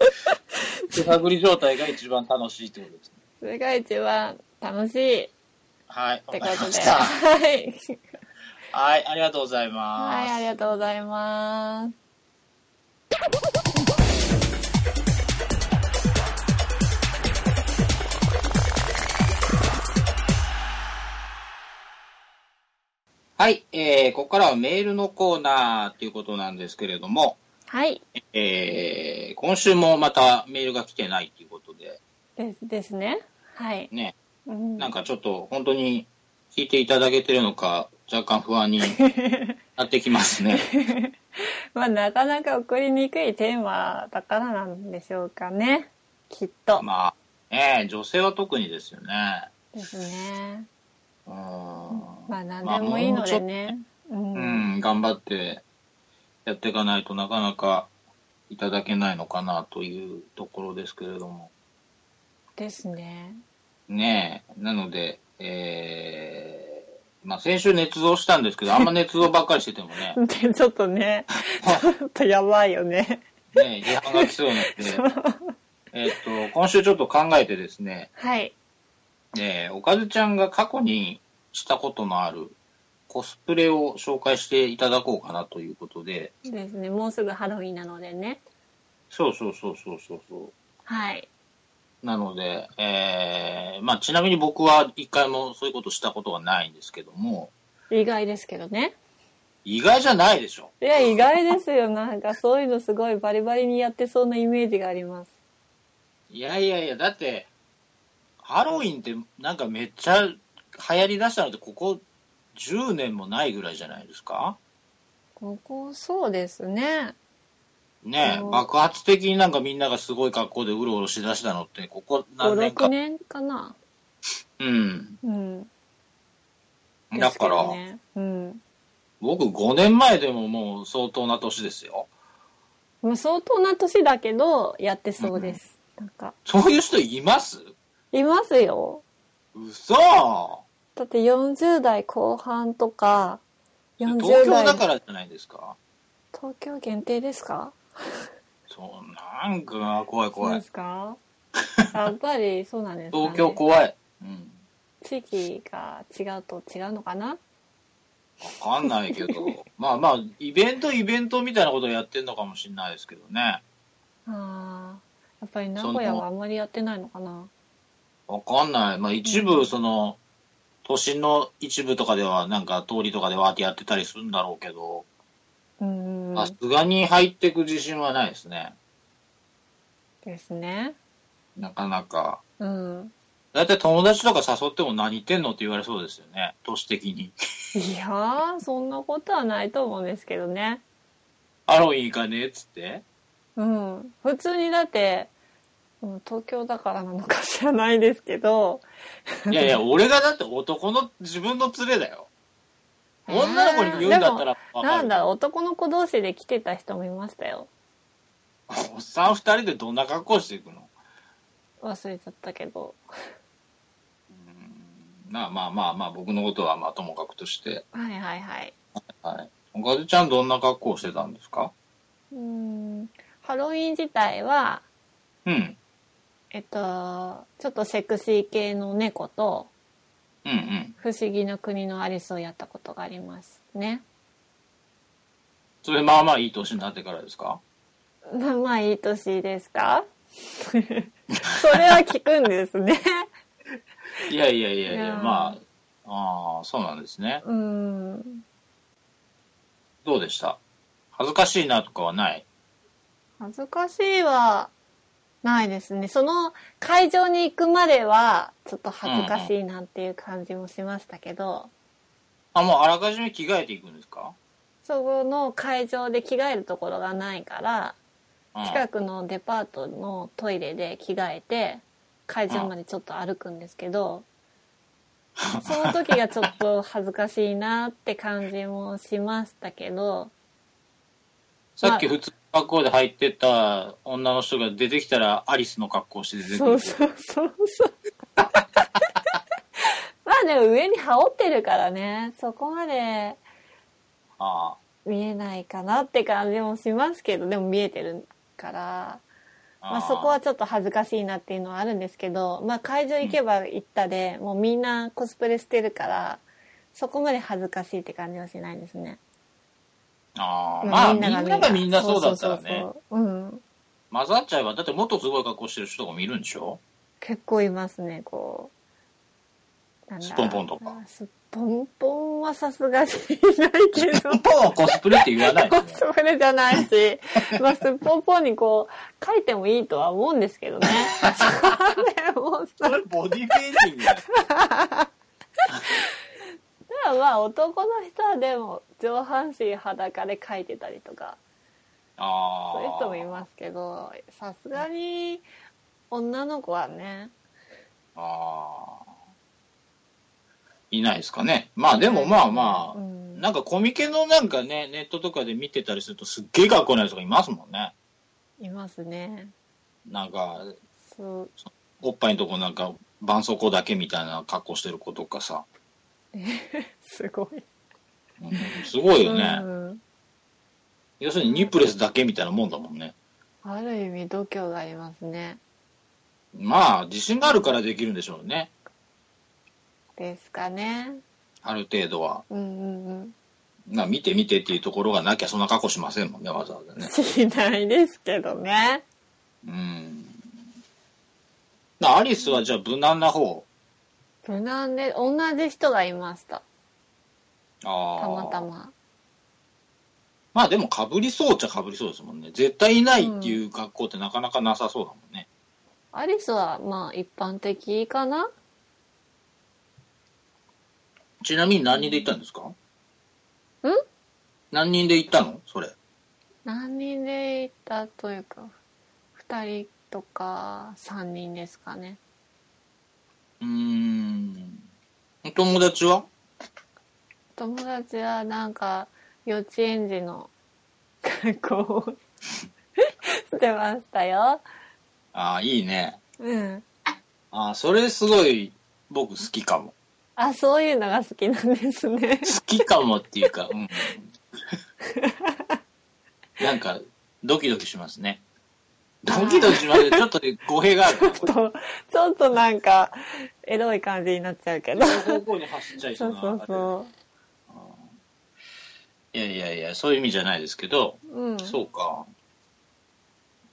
い手探り状態が一番楽しいってことですね。それが一番楽しいってはい。こわとで。かりました。はい。はい。ありがとうございます。はい、ありがとうございます。はい。えー、ここからはメールのコーナーということなんですけれども、はい。えー、今週もまたメールが来てないということで、ですですね。はい。ね、うんなんかちょっと本当に聞いていただけてるのか、若干不 安になってきますね。まあ、なかなか送りにくいテーマだからなんでしょうかね。きっと。まあ、ね女性は特にですよね。ですね。うーん。まあ、何でもいいのでね。う。うんん。うん、頑張ってやっていかないとなかなかいただけないのかなというところですけれども。ですね。、ねえ、なので、えー、まあ先週捏造したんですけ ど、あんま捏造ばっかりしててもねで、ちょっとね、 ちょっとやばいよね。ねえ、批判が来 そうになって、えっと、今週ちょっと考えてですね、はい。えー、おかずちゃんが過去にしたことのあるコスプレを紹介していただこうかなということで、ですね。もうすぐハロウィンなのでね。そうそうそうそうそうそう。はい。なので、えーまあ、ちなみに僕は一回もそういうことしたことはないんですけども、意外ですけどね。意外じゃないでしょ。いや、意外ですよ。なんかそういうのすごいバリバリにやってそうなイメージがあります。いやいやいや、だって、ハロウィンってなんかめっちゃ流行り出したのってここ10年もないぐらいじゃないですかここ、そうですね。ねえ、そう爆発的になんかみんながすごい格好でうろうろしだしたのって、ここ何5、年か。 6年かな。うん。うん。だですけかどら、ね、うん。僕5年前でももう相当な年ですよ。もう相当な年だけど、やってそうです。なんか、そういう人いますいますよ。嘘東だって40代後半とか、40代。京だからじゃないですか東京限定ですかそう、なんか、怖い怖そういで。す かやっぱりそうなんですか、ね。東京怖い。うん。地域が違うと違うのかなわかんないけど。 まあまあ、イベントイベントみたいなことをやってんのかもしれないですけどね。あーやっぱり名古屋はあんまりやってないのかなわかんない。まあ一部、その、都心の一部とかでは、なんか通りとかでわーってやってたりするんだろうけど、うんさすがに入ってく自信はないですね。ですねなかなか。うんだいたい友達とか誘っても何言ってんのって言われそうですよね。都市的に。 いやーそんなことはないと思うんですけどねハロウィン行かねえっ つって。うん普通にだってうん東京だからなのか知らないですけどいやいや、俺がだって男の自分の連れだよ。女の子に言うんだったらわかなる。んだろう男の子同士で来てた人もいましたよおっさん二人でどんな格好していくの忘れちゃったけどうんまあまあまあまあ、僕のことはまあともかくとして。はいはいはいはい。おかずちゃんどんな格好してたんですかうんハロウィン自体はうん。えっとちょっとセクシー系の猫とうんうん。不思議の国のアリスをやったことがありますね。それまあまあいい年になってからですかまあまあいい年ですか それは聞くんですね。いやいやいやいいやや、ーまあ、ああ、そうなんですね。うん。どうでした恥ずかしいなとかはない恥ずかしいはないですね。その会場に行くまではちょっと恥ずかしいなっていう感じもしましたけど、あ、もうあらかじめ着替えていくんですかそこの会場で着替えるところがないから、うん。近くのデパートのトイレで着替えて会場までちょっと歩くんですけ ど、その時がちょっと恥ずかしいなって感じもしましたけどさっき普通の格好で入ってった女の人が出てきたらアリスの格好して出てくる。そうそうそうそうまあでも上に羽織ってるからねそこまでああ。見えないかなって感じもしますけどでも見えてるからまあ、そこはちょっと恥ずかしいなっていうのはあるんですけど、まあ、会場行けば行ったで、もうみんなコスプレしてるからそこまで恥ずかしいって感じはしないですね。ああ、まあ、みんながみんなそうだったらね。そうそうそううん混ざっちゃえば、だってもっとすごい格好してる人とかもいるんでしょ結構いますねこうなんだスポンポンとかあスポンポンはさすがにいないけど日本はコスプレって言わないコよね。スプレじゃないし、まあ、スポンポンにこう書いてもいいとは思うんですけどね。でもそれボディペインティングだよまあまあ男の人はでも上半身裸で描いてたりとかああ。そういう人もいますけどさすがに女の子はねああ。いないですかね。まあでもまあまうあ、うんなんかコミケのなんかね、ネットとかで見てたりするとすっげえ学校のやつがいますもんね。いますね。なんか、そう。おっぱいのとこなんか、絆創膏だけみたいな格好してる子とかさ。すごい。うんすごいよね。うん要するにニプレスだけみたいなもんだもんね。ある意味度胸がありますね。まあ、自信があるからできるんでしょうね。ですかね。ある程度は。うんうん うん。な見て見てっていうところがなきゃそんな格好しませんもんね、わざわざね。しないですけどね。うん。なアリスはじゃあ無難な方。無難で、同じ人がいました。ああ。たまた。ま。まあでも被りそうっちゃ被りそうですもんね。絶対いないっていう格好ってなかなかなさそうだもんね。アリスは、まあ、一般的かなちなみに何人で行ったんですかん何人で行ったのそれ。何人で行ったというか、二人とか三人ですかね。うーん。お友達は友達はなんか、幼稚園児の格好をしてましたよ。ああ、いいね。うん。ああ、それすごい僕好きかも。あ、そういうのが好きなんですね。好きかもっていうか、うん。なんか、ドキドキしますね。ドキドキしますね。ちょっと語弊がある。ちょっとちょっとなんか、エロい感じになっちゃうけど。方向に走っちゃいそうそうそうな。そいやいやいや、そういう意味じゃないですけど、う。うん。そうか。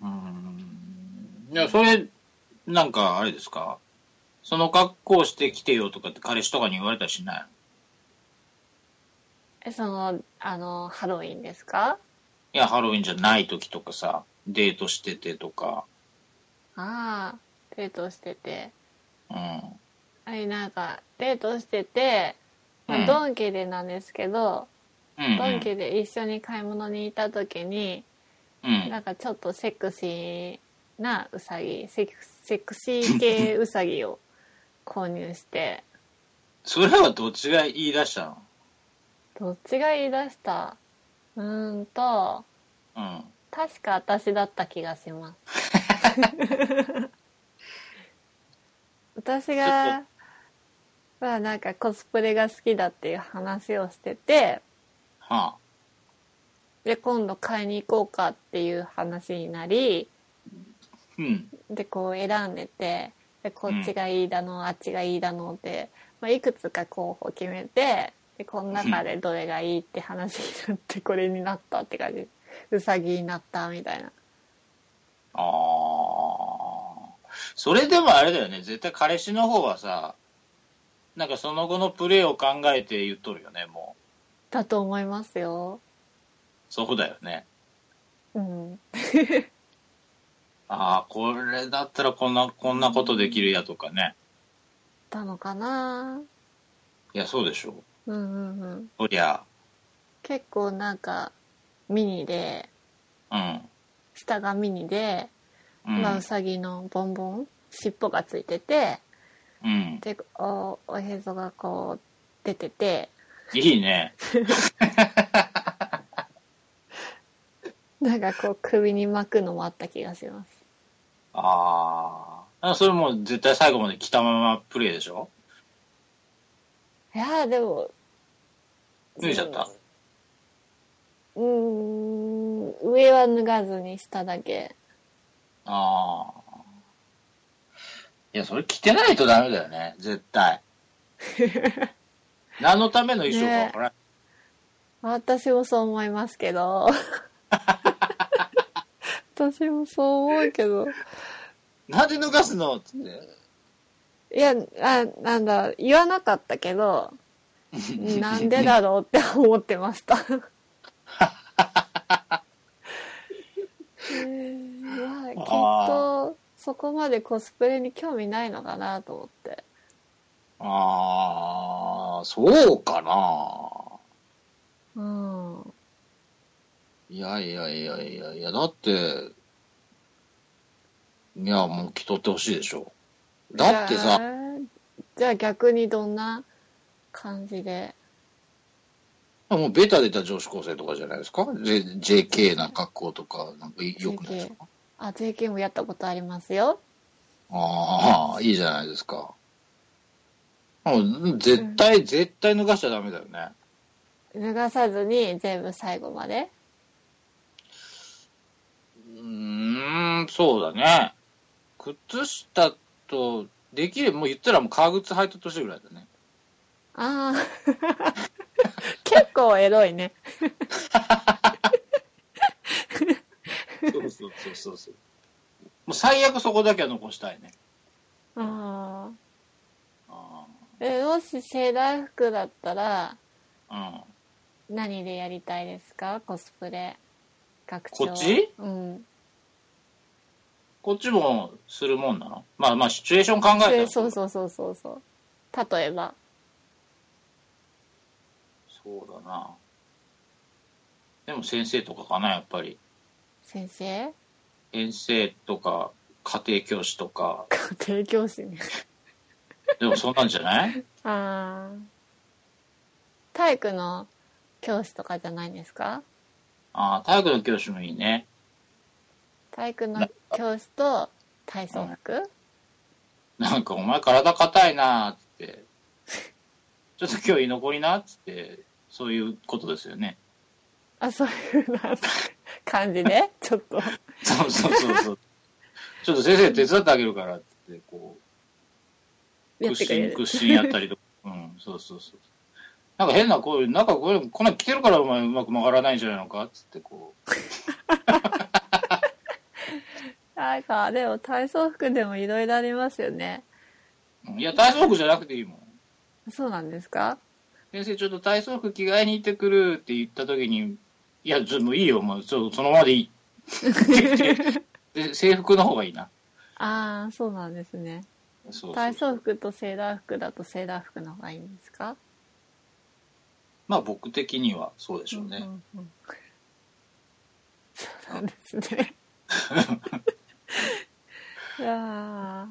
うーん。いや、それ、なんか、あれですかその格好してきてよとかって彼氏とかに言われたりしないえその、あの、ハロウィンですかいや、ハロウィンじゃない時とかさ、デートしててとか、ああ、デートしてて。うん。あれ、なんか、デートしてて、まあうんドンキでなんですけど、うんうんドンキで一緒に買い物に行った時に、うんなんかちょっとセクシーなウサギ、セクセクシー系ウサギを購入して、それはどっちが言い出したのどっちが言い出したうーんと、うん。確か私だった気がします。私が、まあなんかコスプレが好きだっていう話をしてて、はあ。で、今度買いに行こうかっていう話になり、うん。で、こう選んでて、で、こっちがいいだの、あっちがいいだのって、まあ、いくつか候補決めて、で、この中でどれがいいって話になって、これになったって感じ。うさぎになったみたいな。ああ。それでもあれだよね。絶対彼氏の方はさ、なんかその後のプレーを考えて言っとるよね、もう。だと思いますよ。そうだよね。うん。ああ、これだったらこんな、こんなことできるやとかね。たのかないや、そうでしょう。うんうんうん。そりゃ、結構なんか、ミニで、うん。下がミニで、うん。まあ、うさぎのボンボン、尻尾がついてて、うん。で、お、おへそがこう、出てて、いいね。なんかこう、首に巻くのもあった気がします。ああ。それもう絶対最後まで来たままプレーでしょいやー、でも、脱いちゃった。うーん、上は脱がずに下だけ。ああ。いや、それ着てないとダメだよね、絶対。何のための衣装かわからない。私もそう思いますけ ど。私もそう思うけど。なんで脱がすのっつって。いや、あ、なんだ、言わなかったけど、 なんでだろうって思ってました。えーまあ、きっと、そこまでコスプレに興味ないのかなと思って。ああ、そうかな。うん。いやいやいやいやいや、だって、いや、もう着とってほしいでしょ。だってじさ、ゃあ、じゃあ逆にどんな感じで。いうのもベタ出た女子高生とかじゃないですか、J、?JK な格好とか、なんかよくないですかあ、JK もやったことありますよ。ああ、いいじゃないですか。もう絶対、絶対脱がしちゃダメだよね。脱がさずに全部最後まで。うーん、そうだね。靴下と、できる、もう言ったらもう革靴履いた年ぐらいだね。ああ。 結構エロいね。そうそうそうそうそう。もう最悪そこだけは残したいね。あああ。え、もしセーラー服だったら、あ何でやりたいですかコスプレ。学こっちうん。こっちもするもんなのまあまあ、シチュエーション考えたら。そうそうそうそうそう。例えば。そうだな。でも先生とかかな、やっぱり。先生 先生とか、家庭教師とか。家庭教師ね。でもそんなんじゃないああ。体育の教師とかじゃないんですかああ、体育の教師もいいね。体育の教師と体操服なんか、お前体硬いなーっつって。ちょっと今日居残りなっつって、そういうことですよね。あ、そういうなんか感じでちょっと。そうそうそうそう。ちょっと先生手伝ってあげるからっつって、こう。やっ屈てくれ伸、る。屈伸やったりとか。うん、そうそうそう。なんか変な、こういう、なんかこういう、こんなん着てるからお前うまく曲がらないんじゃないのかっつってこう。なんか、でも体操服でもいろいろありますよね。うんいや、体操服じゃなくていいもん。そうなんですか先生、ちょっと体操服着替えに行ってくるって言った時に、いや、ちょっともういいよ、もう、ちょそのままでいい。で制服の方がいいな。ああ、そうなんですね。そうそう体操服とセーラー服だとセーラー服の方がいいんですかまあ、僕的にはそうでしょうね。んうんうんそうなんです ね。いや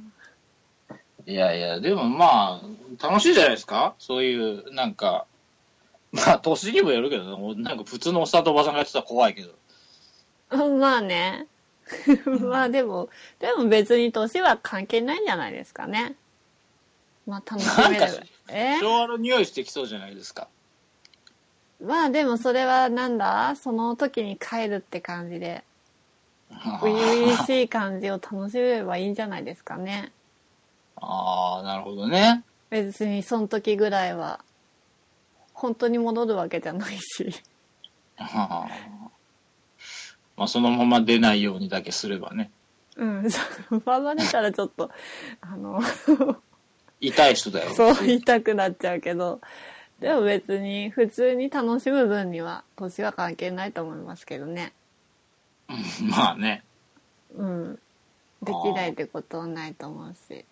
いやいや、でもまあ、楽しいじゃないですかそういう、なんか、まあ、年にもよるけどね、なんか普通のおっさんとおばさんがやってたら怖いけど。ーまあね。まあでも、でも別に年は関係ないんじゃないですかね。まあ楽しめなるんか。え昭和の匂いしてきそうじゃないですか。まあでもそれはなんだその時に帰るって感じで、初々しい感じを楽しめればいいんじゃないですかね。 ああ、なるほどね。 別にその時ぐらいは本当に戻るわけじゃないしあーまあ、そのまま出ないようにだけすればね。うんそう奪われたらちょっと あの痛い人だよ。そう言いたくなっちゃうけどでも別に普通に楽しむ分には年は関係ないと思いますけどね まあね。うんできないってことはないと思うし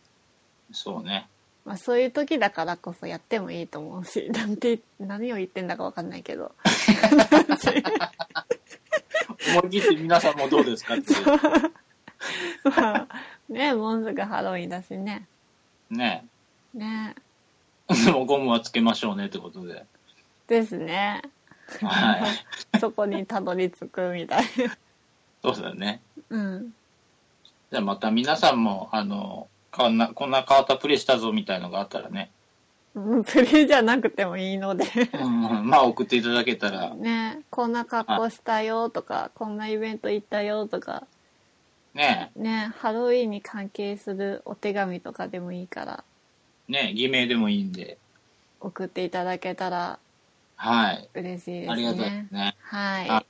そうね。まあそういう時だからこそやってもいいと思うしなんて何を言ってんだかわかんないけ ど思い切って皆さんもどうですかっていう。まあねもうすぐハロウィンだしねね。 ねでもゴムはつけましょうねってことで。ですねはい。 そこにたどり着くみたいそうだよね。な。うん。じゃあまた皆さんも、あの、こんな、こんな変わったプレイしたぞみたいのがあったらね。うんプレイじゃなくてもいいので。うん、まあ送っていただけたら、ねこんな格好したよとか、こんなイベント行ったよとか、ね、ねハロウィーンに関係するお手紙とかでもいいから、ね、偽名でもいいんで。送っていただけたらはい。嬉しいですありがたいでねす。ね。はいあ。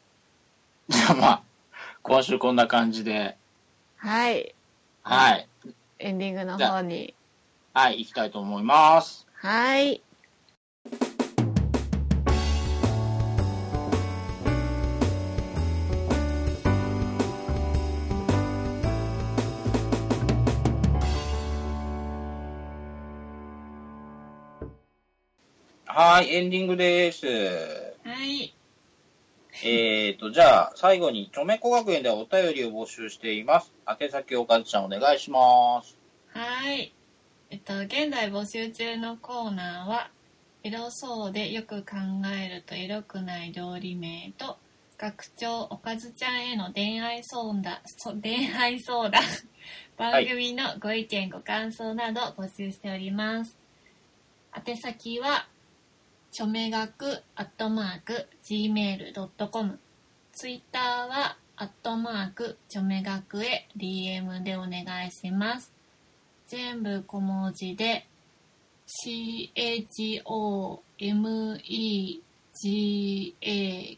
じゃあまあ、今週こんな感じで、はい。はい。エンディングの方に。はい、行きたいと思います。はい。はい、エンディングです。えはい。ーと、じゃあ、最後に、チョメコ学園ではお便りを募集しています。宛先おかずちゃんお願いします。はい。えっと、現在募集中のコーナーは、エロそうでよく考えるとエロくない料理名と学長おかずちゃんへの恋愛相談そ 恋愛相談番組のご意見ご感想など募集しております、宛先は著名学アットマーク gmail.com ツイッターはアットマーク著名学へ DM でお願いします全部小文字で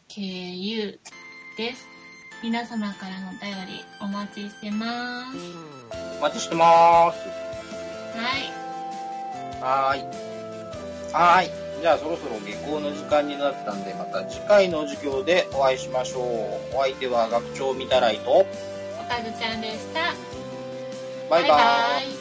CHOMEGAKU です。皆様からのお便りお待ちしてます。お待ちしてます。ははーい。はーい。じゃあそろそろ下校の時間になったんで、また次回の授業でお会いしましょう。お相手は学長みたらいと、い。おかずちゃんでした。バイバイ。イ